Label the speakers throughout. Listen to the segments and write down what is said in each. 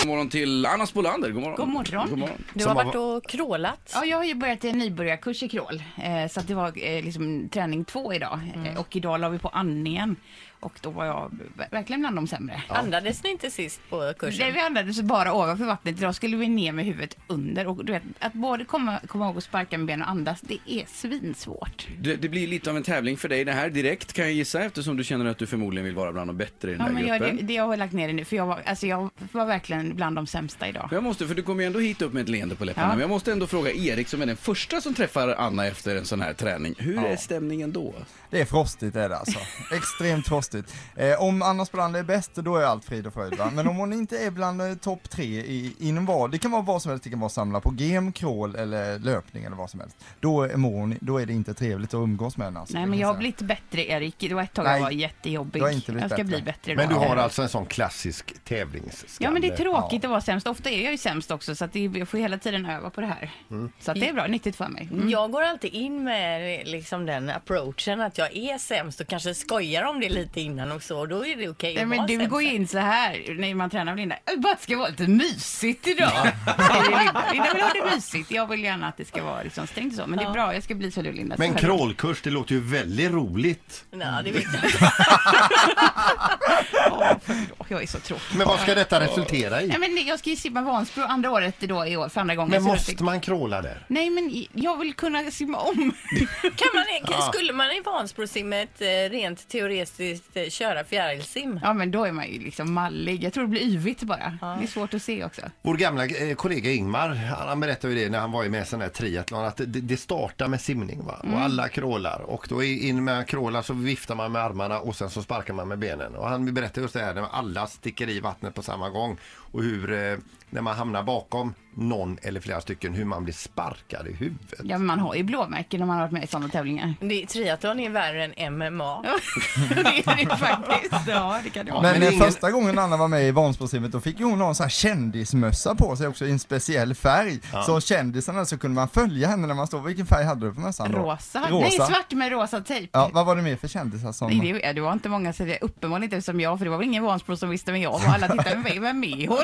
Speaker 1: God morgon till Anna Spolander. God morgon.
Speaker 2: God morgon.
Speaker 1: God morgon.
Speaker 3: Du har varit och krålat.
Speaker 2: Ja, jag har ju börjat en nybörjarkurs i crawl. Eh, så att det var eh, liksom träning två idag.
Speaker 3: Mm.
Speaker 2: Eh, och idag la vi på andningen. Och då var jag ver- verkligen bland de sämre. Alltså,
Speaker 3: Andades ni inte sist på
Speaker 2: Det
Speaker 3: kursen?
Speaker 2: vi andades bara ovanför vattnet. Idag skulle vi ner med huvudet under. Och du vet, att både komma, komma ihåg att sparka med benen och andas, det är svinsvårt.
Speaker 1: Det, det blir lite av en tävling för dig det här direkt kan jag gissa eftersom du känner att du förmodligen vill vara bland de bättre i den
Speaker 2: Ja,
Speaker 1: här
Speaker 2: men jag, det,
Speaker 1: gruppen.
Speaker 2: det jag har lagt ner det nu, för jag var, alltså jag var verkligen bland de sämsta idag.
Speaker 1: Jag måste, för du kommer ju ändå hit upp med ett leende på läpparna,
Speaker 2: Ja.
Speaker 1: men jag måste ändå fråga Erik som är den första som träffar Anna efter en sån här träning. Hur är stämningen då?
Speaker 4: Det är frostigt är det alltså. Extremt frostigt. Eh, om Anna Spolander är bäst, då är allt frid och fröjd va? Men om hon inte är bland eh, topp tre i, inom vad, det kan vara vad som helst, det kan vara att samla på gem, crawl eller löpning eller vad som helst. Då är, mår hon, då är det inte trevligt att umgås med henne alltså,
Speaker 2: Nej,
Speaker 4: det
Speaker 2: men
Speaker 4: kan
Speaker 2: jag har
Speaker 4: säga.
Speaker 2: blivit bättre, Erik. Det var ett tag jag
Speaker 4: Nej,
Speaker 2: var jättejobbig.
Speaker 4: du har inte blivit
Speaker 2: jag ska
Speaker 4: bättre.
Speaker 2: bli bättre idag.
Speaker 5: Men du har
Speaker 2: Eh,
Speaker 5: alltså en sån klassisk tävlingsskalle?
Speaker 2: Ja men det är tråkigt
Speaker 4: Ja.
Speaker 2: att vara sämst. Ofta är jag ju sämst också så att det, jag får hela tiden öva på det här.
Speaker 5: Mm.
Speaker 2: Så att det är bra, nyttigt för mig. Mm.
Speaker 3: Jag går alltid in med eh, liksom den approachen att jag är sämst och kanske skojar om det lite innan och så. Då är det okej
Speaker 2: Nej,
Speaker 3: att
Speaker 2: men
Speaker 3: vara
Speaker 2: du
Speaker 3: sämst.
Speaker 2: går ju in så här när man tränar med Linda. Jag bara att det ska vara lite mysigt idag. säger Linda. Linda vill ha det mysigt. Jag vill gärna att det ska vara liksom strängt och så. Men det är bra, jag ska bli så du Linda.
Speaker 5: Men
Speaker 2: Så-
Speaker 5: crawlkurs, det låter ju väldigt roligt.
Speaker 3: Nej, det vet jag inte.
Speaker 2: Åh, förlåt, jag är så tråkig.
Speaker 5: Men vad ska detta resultera i?
Speaker 2: Nej, men jag ska ju simma Vansbro andra året då i år, för andra gången.
Speaker 5: Men
Speaker 2: så jag
Speaker 5: måste
Speaker 2: fick-
Speaker 5: man crawla där?
Speaker 2: Nej men i- jag vill kunna simma om.
Speaker 3: Kan man, kan, skulle man i Vansbrosimmet eh, rent teoretiskt eh, köra fjärilsim?
Speaker 2: ja men då är man ju liksom mallig. Jag tror det blir yvigt bara. Det är svårt att se också.
Speaker 5: Vår gamla eh, kollega Ingmar, han han berättade ju det när han var med i en sån här triathlon, att det, det startar med simning va? och alla crawlar och då är in med crawlar så viftar man med armarna och sen så sparkar man med benen. Och han berättade just det här när alla sticker i vattnet på samma gång och hur, eh, när man hamnar bakom någon eller flera stycken, hur man blir sparkad i huvudet.
Speaker 2: Ja men man har ju blåmärken när man har varit med i sådana tävlingar.
Speaker 3: Det, triathlon är värre än MMA.
Speaker 2: det är det faktiskt. Ja, det kan det vara.
Speaker 4: Men,
Speaker 5: Men det är
Speaker 4: eh,
Speaker 5: ingen-
Speaker 4: första gången Anna var med i Vansbrosimmet då fick ju hon ha en sån här kändismössa på sig också i en speciell färg. Så kändisarna så kunde man följa henne när man stod, vilken färg hade du på mössan då?
Speaker 2: Rosa.
Speaker 4: rosa.
Speaker 2: Nej, svart med rosa tejp.
Speaker 4: Ja, vad var det mer för kändisar som...
Speaker 2: Nej, det, det var inte många, så det, uppenbarligen inte som jag, för det var väl ingen Vansbro som visste vem jag var. Alla tittade på mig, vem är hon?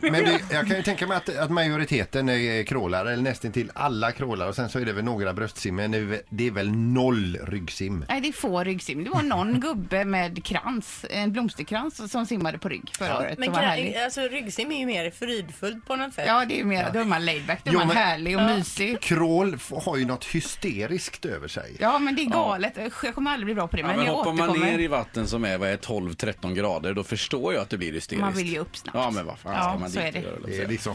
Speaker 5: Men det, jag kan ju tänka mig att, att majoriteten är krålare, eller nästan till alla krålar och sen så är det väl några bröstsim, men det är väl- det är väl noll ryggsim.
Speaker 2: Nej, det är få ryggsim. Det var någon gubbe med krans, en blomsterkrans, som simmade på rygg förra året.
Speaker 3: Men
Speaker 2: som var
Speaker 3: kan,
Speaker 2: härlig.
Speaker 3: alltså, ryggsim är ju mer fridfullt på något sätt.
Speaker 2: Ja, det är mer, då är man laidback, då är
Speaker 5: Jo,
Speaker 2: man
Speaker 5: men-
Speaker 2: härlig och mysig.
Speaker 5: Krål f- har ju något hysteriskt över sig.
Speaker 2: Ja, men det är galet. Usch, Jag kommer aldrig bli bra på det,
Speaker 1: Ja,
Speaker 2: men,
Speaker 1: men
Speaker 2: jag
Speaker 1: hoppar man ner
Speaker 2: återkommer.
Speaker 1: i vatten som är, vad är 12-13 grader, då förstår jag att det blir hysteriskt.
Speaker 2: Man vill ju upp snabbt.
Speaker 1: Ja, men vad fan
Speaker 2: Ja,
Speaker 1: ska man
Speaker 2: så
Speaker 1: dit
Speaker 2: är det.
Speaker 1: och göra, låt
Speaker 5: Det är
Speaker 1: säga.
Speaker 5: liksom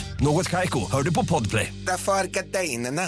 Speaker 6: Något Kaiko, hör du på Podplay.
Speaker 7: Därför arkadeinerna.